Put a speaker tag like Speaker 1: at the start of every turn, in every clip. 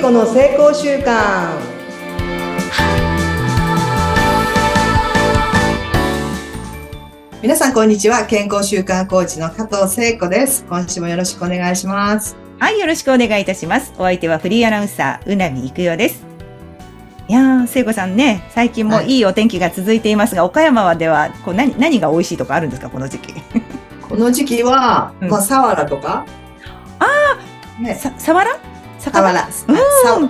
Speaker 1: 子の成功習慣皆さんこんにちは健康習慣コーチの加藤聖子です今週もよろしくお願いします
Speaker 2: はい、よろしくお願いいたします。お相手はフリーアナウンサー、うなみいくよです。いやー、聖子さんね、最近もいいお天気が続いていますが、岡山はでは、こう何、何が美味しいとかあるんですか、この時期。
Speaker 1: この時期は、
Speaker 2: うん
Speaker 1: まあサワラとかあね
Speaker 2: さ、さわら
Speaker 1: サワ
Speaker 2: 魚
Speaker 1: ラさ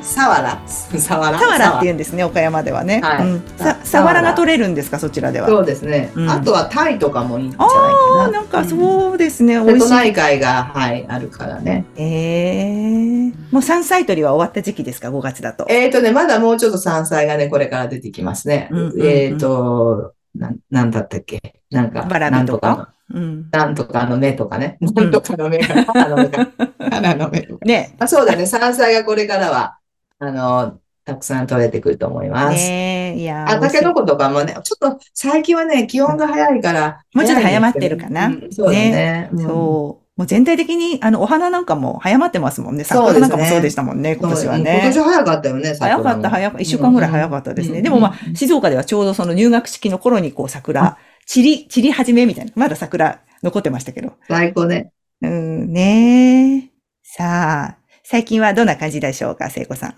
Speaker 1: サワラサワラ
Speaker 2: さわらって言うんですね、岡山ではね。
Speaker 1: はい
Speaker 2: うん
Speaker 1: さ
Speaker 2: さ、さわ
Speaker 1: さわ
Speaker 2: ら
Speaker 1: ら
Speaker 2: が取れるんですか、そちらでは。
Speaker 1: そうですね、
Speaker 2: うん
Speaker 1: あとはタイとかもいいんじゃない
Speaker 2: あ
Speaker 1: かな
Speaker 2: ー、なんかそうですね、美
Speaker 1: 瀬
Speaker 2: 味
Speaker 1: 戸
Speaker 2: しい。
Speaker 1: 内海がはいあるからね
Speaker 2: えー、もう山菜採りは終わった時期ですか、5月だと。
Speaker 1: えっ、とね、まだもうちょっと山菜がね、これから出てきますね。
Speaker 2: うんうんうん
Speaker 1: えっ、と、なん、なんだったっけなんか、
Speaker 2: わら
Speaker 1: なん
Speaker 2: び
Speaker 1: と
Speaker 2: と
Speaker 1: か
Speaker 2: かうん。
Speaker 1: の、なんとかの芽とかね。なんとかの芽が、花の芽が、花の芽とか。
Speaker 2: ね。
Speaker 1: あ、そうだね、山菜がこれからは、あの、たくさん取れてくると思います。
Speaker 2: ねいやー
Speaker 1: あ、
Speaker 2: 美味
Speaker 1: タ
Speaker 2: しい
Speaker 1: ケノコとかもね、ちょっと最近はね、気温が早いから、
Speaker 2: もうちょ
Speaker 1: 早いんです
Speaker 2: っと
Speaker 1: けど
Speaker 2: 早まってるかな
Speaker 1: うんそうだね。うん
Speaker 2: そう。もう全体的に、あの、お花なんかも早まってますもんね。
Speaker 1: そうです
Speaker 2: 桜
Speaker 1: ね
Speaker 2: なんかもそうでしたもんね、今年は
Speaker 1: うん今年
Speaker 2: ね。
Speaker 1: 早かったよね、
Speaker 2: 早かった、
Speaker 1: か
Speaker 2: 早かった。一週間ぐらい早かったですね。でもまあ、静岡ではちょうどその入学式の頃にこう桜、散り、散り始めみたいな。まだ桜残ってましたけど。
Speaker 1: 最高ね。
Speaker 2: うん、ねえさあ、最近はどんな感じでしょうか、聖子さん。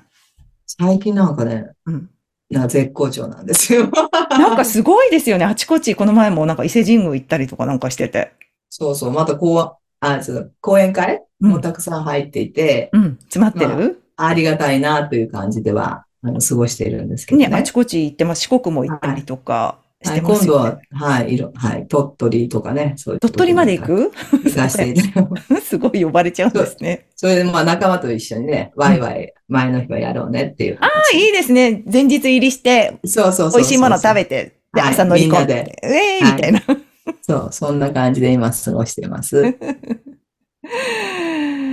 Speaker 1: 最近なんかね、
Speaker 2: うん。
Speaker 1: な絶好調なんです よ。
Speaker 2: なんかすごいですよね。あちこち、この前もなんか伊勢神宮行ったりとかなんかしてて。
Speaker 1: そうそう、またこう、あ、ちょっと講演会
Speaker 2: うん
Speaker 1: もうたくさん入っていて、
Speaker 2: うん、詰まってる、
Speaker 1: ありがたいなという感じでは、あの、過ごしているんですけど
Speaker 2: ね
Speaker 1: ね。
Speaker 2: あちこち行ってます。四国も行ったりとかし
Speaker 1: はい、
Speaker 2: てま
Speaker 1: 今
Speaker 2: す
Speaker 1: 度
Speaker 2: よね。
Speaker 1: は、はい、いろ、はい、鳥取とかね、そういうと
Speaker 2: 鳥
Speaker 1: ころ
Speaker 2: 取
Speaker 1: に
Speaker 2: まで行く
Speaker 1: 行かせていただいて
Speaker 2: すごい呼ばれちゃうんですね。
Speaker 1: それで、まあ、仲間と一緒にね、ワイワイ、前の日はやろうねっていう話。
Speaker 2: あいいですね。前日入りして、
Speaker 1: そうそうそうそ
Speaker 2: 美
Speaker 1: う。
Speaker 2: 味しいもの食べ
Speaker 1: て。
Speaker 2: て、で、
Speaker 1: はい
Speaker 2: 朝乗り込ん
Speaker 1: みんな
Speaker 2: で
Speaker 1: で、
Speaker 2: え
Speaker 1: はい
Speaker 2: ー みたいな。
Speaker 1: そう、そんな感じで今過ごしてます。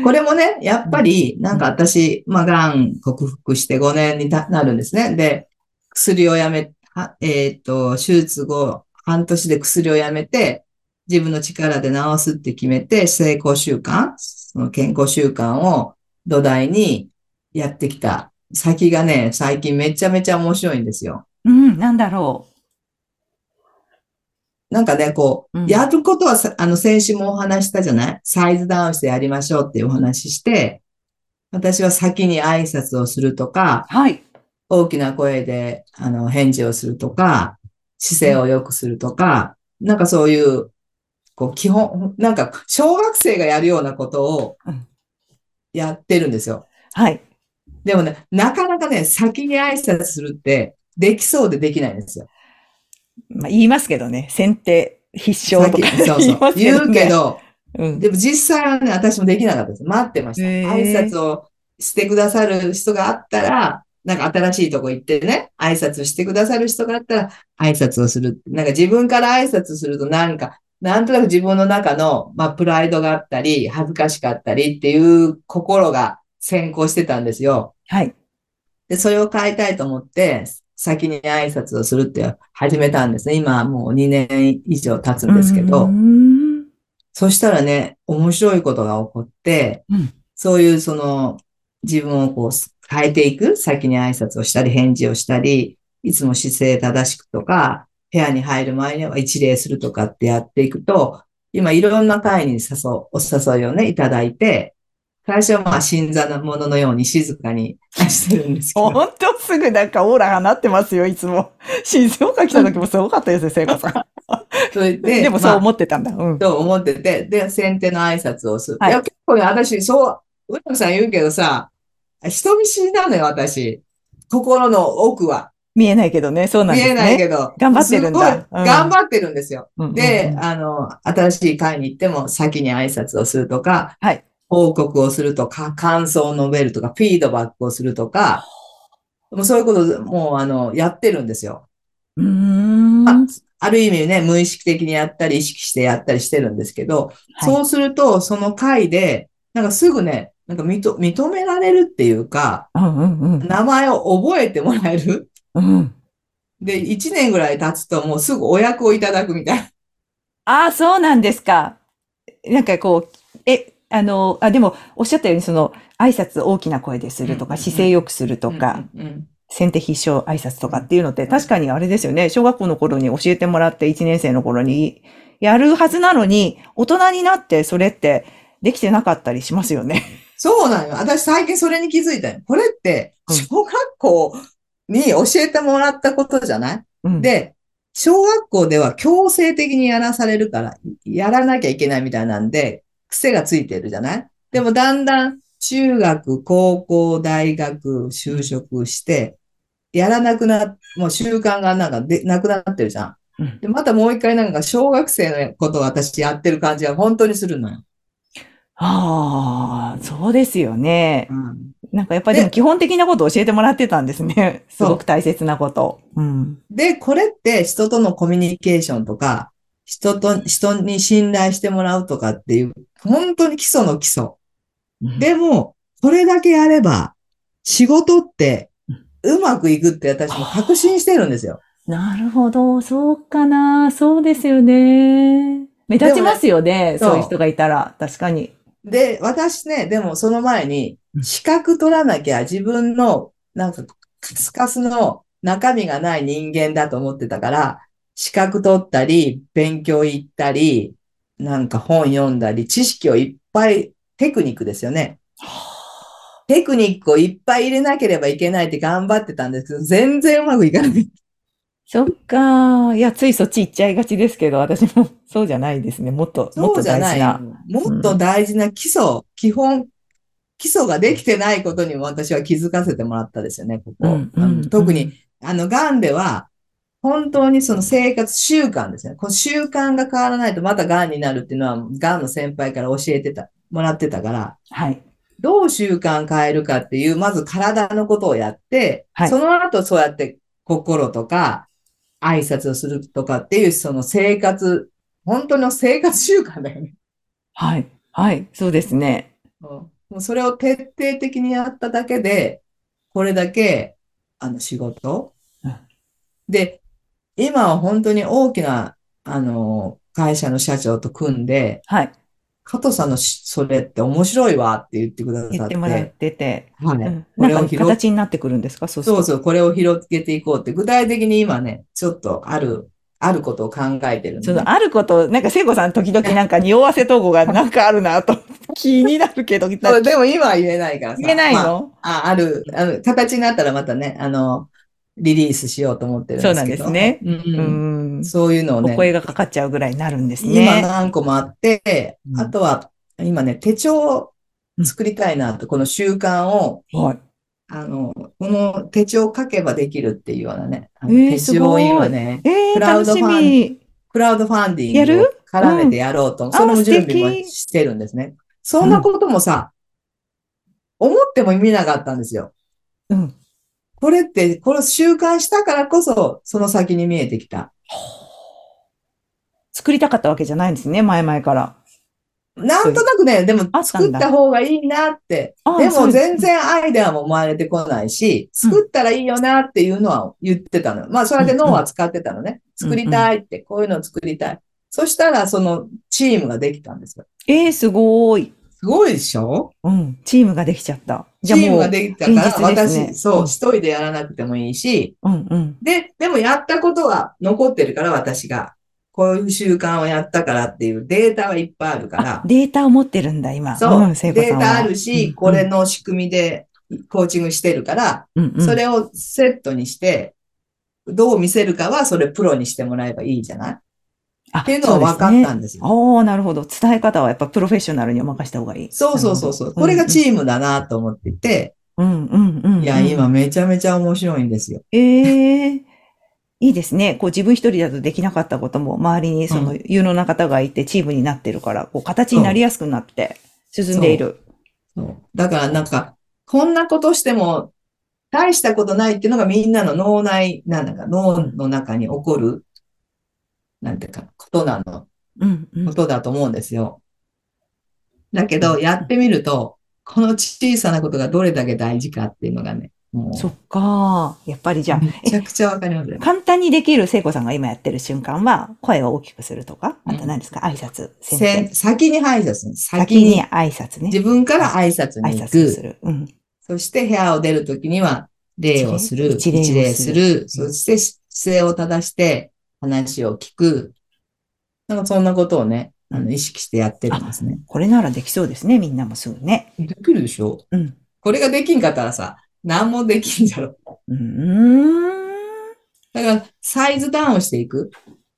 Speaker 1: これもね、やっぱり、なんか私、まあ、癌克服して5年にたなるんですね。で、薬をやめ、はえっ、と、手術後、半年で薬をやめて、自分の力で治すって決めて、成功習慣、その健康習慣を土台にやってきた。先がね、最近めちゃめちゃ面白いんですよ。
Speaker 2: うん、なんだろ
Speaker 1: なんかね、こう
Speaker 2: う、ん
Speaker 1: やることはさ、あの、先週もお話ししたじゃないサイズダウンしてやりましょうっていうお話しして、私は先に挨拶をするとか、
Speaker 2: う。はい。
Speaker 1: 大きな声で、あの、返事をするとか、姿勢を良くするとか、なんかそういう、こう、基本、なんか、小学生がやるようなことを
Speaker 2: うん、
Speaker 1: やってるんですよ。
Speaker 2: はい。
Speaker 1: でもね、なかなかね、先に挨拶するって、できそうでできないんですよ。
Speaker 2: まあ、言いますけどね。先手、必勝とか
Speaker 1: 先にそう
Speaker 2: 言
Speaker 1: そ
Speaker 2: いま
Speaker 1: う。
Speaker 2: すけ
Speaker 1: 言
Speaker 2: ど
Speaker 1: う
Speaker 2: ね。
Speaker 1: けど、
Speaker 2: うん。
Speaker 1: でも実際はね、私もできなかったです。待ってました。
Speaker 2: へー
Speaker 1: 挨拶をしてくださる人があったら、なんか新しいとこ行ってね、挨拶してくださる人があったら、挨拶をする。なんか自分から挨拶するとなんか、なんとなく自分の中の、まあ、プライドがあったり、恥ずかしかったりっていう心が先行してたんですよ。
Speaker 2: はい。
Speaker 1: で、それを変えたいと思って、先に挨拶をするって始めたんですね。今もう2年以上経つんですけど。
Speaker 2: うん
Speaker 1: そしたらね、面白いことが起こって、
Speaker 2: うん
Speaker 1: そういうその自分をこう変えていく、先に挨拶をしたり返事をしたり、いつも姿勢正しくとか、部屋に入る前には一礼するとかってやっていくと、今いろんな会に誘う、お誘いをね、いただいて、最初はまあ新座のもののように静かにしてるんですけ
Speaker 2: ほ
Speaker 1: ど、
Speaker 2: んとすぐなんかオーラがなってますよ、いつも。 静岡来た時もすごかったですよ、聖子さん。
Speaker 1: それで
Speaker 2: でもそう
Speaker 1: まあ
Speaker 2: 思ってたんだ。うん。
Speaker 1: と思ってて、で、先手の挨拶をする。、
Speaker 2: はいい
Speaker 1: や、結構ね、私、そう、上野さん言うけどさ、人見知りなのよ、私。心の奥は。
Speaker 2: 見えないけどね、そうなん
Speaker 1: 見
Speaker 2: ですね。
Speaker 1: えないけど。
Speaker 2: 頑張ってるんだ
Speaker 1: すごい
Speaker 2: うん
Speaker 1: 頑張ってるんですよ。
Speaker 2: うんうんうん
Speaker 1: で、あの、新しい会に行っても先に挨拶をするとか、
Speaker 2: はい
Speaker 1: 報告をするとか、感想を述べるとか、フィードバックをするとか、もうそういうこと、もうあの、やってるんですよ。
Speaker 2: うーん。
Speaker 1: あある意味ね、無意識的にやったり、意識してやったりしてるんですけど、
Speaker 2: は
Speaker 1: そうすると、その会で、なんかすぐね、なんか認認められるっていうか、
Speaker 2: い。うんうんうん。
Speaker 1: 名前を覚えてもらえる。
Speaker 2: うん。
Speaker 1: で、1年ぐらい経つともうすぐお役をいただくみたいな。
Speaker 2: ああ、そうなんですか。なんかこう、え、あの、あ、でも、おっしゃったように、その、挨拶大きな声でするとか、
Speaker 1: うんうんうん
Speaker 2: 姿勢良くするとか、
Speaker 1: うんうん
Speaker 2: 先手必勝挨拶とかっていうのって、確かにあれですよね。小学校の頃に教えてもらって、1年生の頃にやるはずなのに、大人になってそれってできてなかったりしますよね。
Speaker 1: そうなのよ。私最近それに気づいたよ。これって、
Speaker 2: うん
Speaker 1: 小学校に教えてもらったことじゃない、
Speaker 2: うん、
Speaker 1: で、小学校では強制的にやらされるから、やらなきゃいけないみたいなんで、癖がついてるじゃないでもだんだん中学、高校、大学、就職して、やらなくな、もう習慣がなんかでなくなってるじゃん。
Speaker 2: うん
Speaker 1: で、またもう一回なんか小学生のことを私やってる感じが本当にするのよ。
Speaker 2: ああ、そうですよね。
Speaker 1: うん
Speaker 2: なんかやっぱりでも
Speaker 1: で
Speaker 2: 基本的なことを教えてもらってたんですね。すごく大切なこと。うん。
Speaker 1: で、これって人とのコミュニケーションとか、人と、人に信頼してもらうとかっていう、本当に基礎の基礎。でも、これだけやれば、仕事ってうまくいくって私も確信してるんですよ。
Speaker 2: なるほど。そうかな。そうですよね。目立ちますよね。
Speaker 1: でもね
Speaker 2: そういう人がいたら。確かに。
Speaker 1: で、私ね、でもその前に
Speaker 2: うん、
Speaker 1: 資格取らなきゃ自分の、なんか、カスカスの中身がない人間だと思ってたから、資格取ったり、勉強行ったり、なんか本読んだり、知識をいっぱい、テクニックですよね。テクニックをいっぱい入れなければいけないって頑張ってたんですけど、全然うまくいかない。
Speaker 2: そっか。いや、ついそっち行っちゃいがちですけど、私も そうじゃないですね。もっと、もっ
Speaker 1: そ
Speaker 2: と
Speaker 1: うじゃ
Speaker 2: 大
Speaker 1: な
Speaker 2: 事
Speaker 1: い。
Speaker 2: な。
Speaker 1: もっと大事な基礎、基本、基礎ができてないことにも私は気づかせてもらったですよね、ここ。
Speaker 2: うんうん
Speaker 1: あの特に、あの、癌では、本当にその生活習慣ですね。この習慣が変わらないとまた癌になるっていうのは、癌の先輩から教えてた、もらってたから、
Speaker 2: はい。
Speaker 1: どう習慣変えるかっていう、まず体のことをやって、
Speaker 2: はい
Speaker 1: その後そうやって心とか挨拶をするとかっていう、その生活、本当の生活習慣だよね。
Speaker 2: はい。はい。そうですね。
Speaker 1: うんもうそれを徹底的にやっただけで、これだけ、あの、仕事
Speaker 2: うん。
Speaker 1: で、今は本当に大きな、あの、会社の社長と組んで、
Speaker 2: はい。
Speaker 1: 加藤さんのしそれって面白いわって言ってくだ
Speaker 2: 言
Speaker 1: さ
Speaker 2: っ
Speaker 1: ってて、
Speaker 2: もらってて。
Speaker 1: は
Speaker 2: う
Speaker 1: い。
Speaker 2: ん。
Speaker 1: こ
Speaker 2: な
Speaker 1: れを
Speaker 2: んか
Speaker 1: 拾う
Speaker 2: 形になってくるんですかそう
Speaker 1: そう
Speaker 2: する
Speaker 1: そう、これを広げていこうって、具体的に今ね、ちょっとある、あることを考えてるん
Speaker 2: と。
Speaker 1: で
Speaker 2: そのあること、なんか聖子さん時々なんか匂わせ統合がなんかあるなと 気になるけど、言
Speaker 1: そうでも今は言えないからさ。
Speaker 2: えない
Speaker 1: まあ
Speaker 2: の、
Speaker 1: あ、ある、あの、形になったらまたね、あの、リリースしようと思ってるんですけど。
Speaker 2: そうなんです
Speaker 1: うん
Speaker 2: う
Speaker 1: うん
Speaker 2: ん。
Speaker 1: そういうのを
Speaker 2: お
Speaker 1: ね、
Speaker 2: 声がかかっちゃうぐらいになるんです
Speaker 1: 今
Speaker 2: ね。
Speaker 1: 何個もあって、
Speaker 2: うん
Speaker 1: あとは、今ね、手帳を作りたいなと、この習慣を、
Speaker 2: はい。
Speaker 1: あの、この手帳を書けばできるっていうようなね、あの
Speaker 2: えー
Speaker 1: 手
Speaker 2: すご
Speaker 1: 帳
Speaker 2: い
Speaker 1: 今ね、
Speaker 2: えー、
Speaker 1: クラウ
Speaker 2: 楽
Speaker 1: ド
Speaker 2: し
Speaker 1: ファン
Speaker 2: み。
Speaker 1: クラウドファンディング
Speaker 2: やる
Speaker 1: を絡めてやろうと、
Speaker 2: ん
Speaker 1: そ
Speaker 2: あ
Speaker 1: の
Speaker 2: ー
Speaker 1: 準備も
Speaker 2: 素敵
Speaker 1: してるんですね。そんなこともさ、思っても見なかったんですよ。
Speaker 2: うん。
Speaker 1: これって、この習慣したからこそ、その先に見えてきた。
Speaker 2: 作りたかったわけじゃないんですね、前々から。
Speaker 1: なんとなくね、でも
Speaker 2: あったん
Speaker 1: 作
Speaker 2: だ
Speaker 1: った方がいいなって
Speaker 2: あ。
Speaker 1: で
Speaker 2: そう
Speaker 1: も
Speaker 2: です
Speaker 1: 全然アイデアも生まれてこないし、
Speaker 2: うん
Speaker 1: 作ったらいいよなっていうのは言ってたのよ。まあ、それで脳は使ってたのね。
Speaker 2: うんうん
Speaker 1: 作りたいって、こういうのを作りたい。そしたら、そのチームができたんですよ。
Speaker 2: えー、すごーい。
Speaker 1: すごいでしょ
Speaker 2: うん。チームができちゃった。
Speaker 1: チ
Speaker 2: じゃあ
Speaker 1: ーム
Speaker 2: も
Speaker 1: が
Speaker 2: う、
Speaker 1: できたから、
Speaker 2: 現実ですね
Speaker 1: 私、そうう、
Speaker 2: ん
Speaker 1: 一人でやらなくてもいいし、
Speaker 2: うんうん。
Speaker 1: で、でもやったことは残ってるから、私が。こういう習慣をやったからっていうデータはいっぱいあるか
Speaker 2: あ
Speaker 1: ら、。
Speaker 2: データを持ってるんだ、今。
Speaker 1: そう。
Speaker 2: ん、聖子
Speaker 1: デ
Speaker 2: さ
Speaker 1: ー
Speaker 2: んは
Speaker 1: タあるし、これ、の仕組みでコーチングしてるから、
Speaker 2: うんうんうん
Speaker 1: それをセットにして、どう見せるかはそれプロにしてもらえばいいじゃない
Speaker 2: あ
Speaker 1: っていうのは分かっ
Speaker 2: そうで
Speaker 1: た
Speaker 2: すね
Speaker 1: んですよ。
Speaker 2: ああ、なるほど。伝え方はやっぱプロフェッショナルにお任せした方がいい。
Speaker 1: そうそうそうそう。これがチームだなと思っていて、
Speaker 2: ーム。うんうんうんうん。
Speaker 1: いや、今。めちゃめちゃ面白いんですよ。
Speaker 2: ええいいですね。こう自分一人だとできなかったことも、周りにその
Speaker 1: う
Speaker 2: 有能な方がいて、チームになってるから、こう形になりやすくなって、進んでいる。
Speaker 1: そうだからなんか、こんなことしても、大したことないっていうのがみんなの脳内、なんだか、脳の中に起こる、なんていうか、ことなの、
Speaker 2: うんうん
Speaker 1: こ。とだと思うんですよ。だけど、やってみると、この小さなことがどれだけ大事かっていうのがね、もう
Speaker 2: そっか。やっぱりじゃあ、
Speaker 1: めちゃくちゃわかりますね。
Speaker 2: 簡単にできる聖子さんが今やってる瞬間は、声を大きくするとか、あと何ですか、挨拶。
Speaker 1: せん先に挨拶する。先
Speaker 2: 先に
Speaker 1: に。
Speaker 2: 挨拶
Speaker 1: 自
Speaker 2: ね。
Speaker 1: 分から挨拶
Speaker 2: 挨
Speaker 1: に行
Speaker 2: 拶をす
Speaker 1: く。
Speaker 2: る。うん。
Speaker 1: そして部屋を出るときには、礼をする。
Speaker 2: 一礼
Speaker 1: 一礼する。
Speaker 2: する
Speaker 1: そして姿勢を正して話を聞く。なんかそんなことをね、あの意識してやってるんですね。
Speaker 2: これならできそうですね、みんなもすぐね。
Speaker 1: できるでしょ
Speaker 2: うん。
Speaker 1: これができんかったらさ、何もできんじゃろ。
Speaker 2: うーん。
Speaker 1: だから、サイズダウンしていく。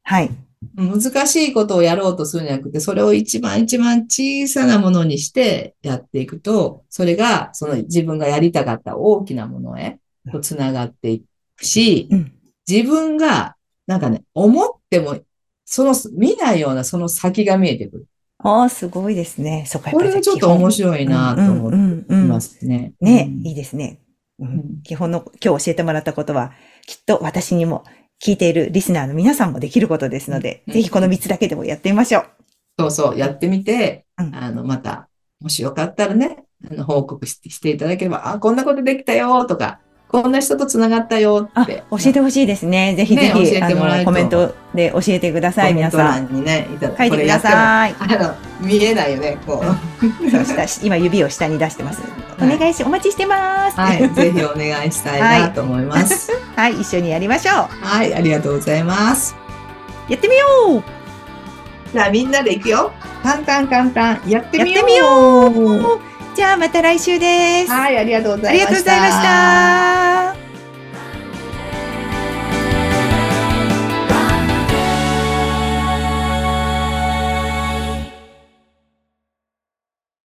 Speaker 2: はい。
Speaker 1: 難しいことをやろうとするんじゃなくて、それを一番一番小さなものにしてやっていくと、それが、その自分がやりたかった大きなものへ、こう、つながっていくし、
Speaker 2: うん。
Speaker 1: 自分が、なんかね、思っても、その、見ないようなその先が見えてくる。
Speaker 2: ああ、すごいですね。そっか、
Speaker 1: これがちょっと面白い
Speaker 2: い
Speaker 1: なと思って
Speaker 2: うんうんうんうん
Speaker 1: ますね。
Speaker 2: ね、
Speaker 1: うん
Speaker 2: いいですね、うん
Speaker 1: ん
Speaker 2: 基本の今日教えてもらったことは、きっと私にも聞いているリスナーの皆さんもできることですので、
Speaker 1: うん
Speaker 2: ぜひこの3つだけでもやってみましょう。
Speaker 1: そうそう、やってみて、
Speaker 2: うん
Speaker 1: あの、また、もしよかったらね、あの報告ししていただければ、あ、こんなことできたよとか、こんな人とつながったよ
Speaker 2: あ、
Speaker 1: っ
Speaker 2: 教
Speaker 1: て。
Speaker 2: えてほしいですね。ぜひぜ
Speaker 1: ね
Speaker 2: ひ、
Speaker 1: 教え
Speaker 2: あ
Speaker 1: てもらえると
Speaker 2: の、コメントで教えてください、皆さん。
Speaker 1: ん。にね、いただ
Speaker 2: 書いてくだ
Speaker 1: い。
Speaker 2: さい。
Speaker 1: これやってもあの、見えないよね、こう。
Speaker 2: そうしたし今指を下に出してます。お
Speaker 1: はい
Speaker 2: 願いし、お待ちしてます。
Speaker 1: はい、 ぜひお願いしたいなと思います。
Speaker 2: はい、一緒にやりましょう。
Speaker 1: はい、ありがとうございます。
Speaker 2: やってみよう
Speaker 1: じゃあみんなで行くよ。簡単簡単、やって
Speaker 2: やっ
Speaker 1: み
Speaker 2: て
Speaker 1: よう。
Speaker 2: みようじゃあまた来週です。
Speaker 1: はい、ありがとうご
Speaker 2: あ
Speaker 1: ざい
Speaker 2: り
Speaker 1: ま
Speaker 2: が
Speaker 1: した。
Speaker 2: とうございました。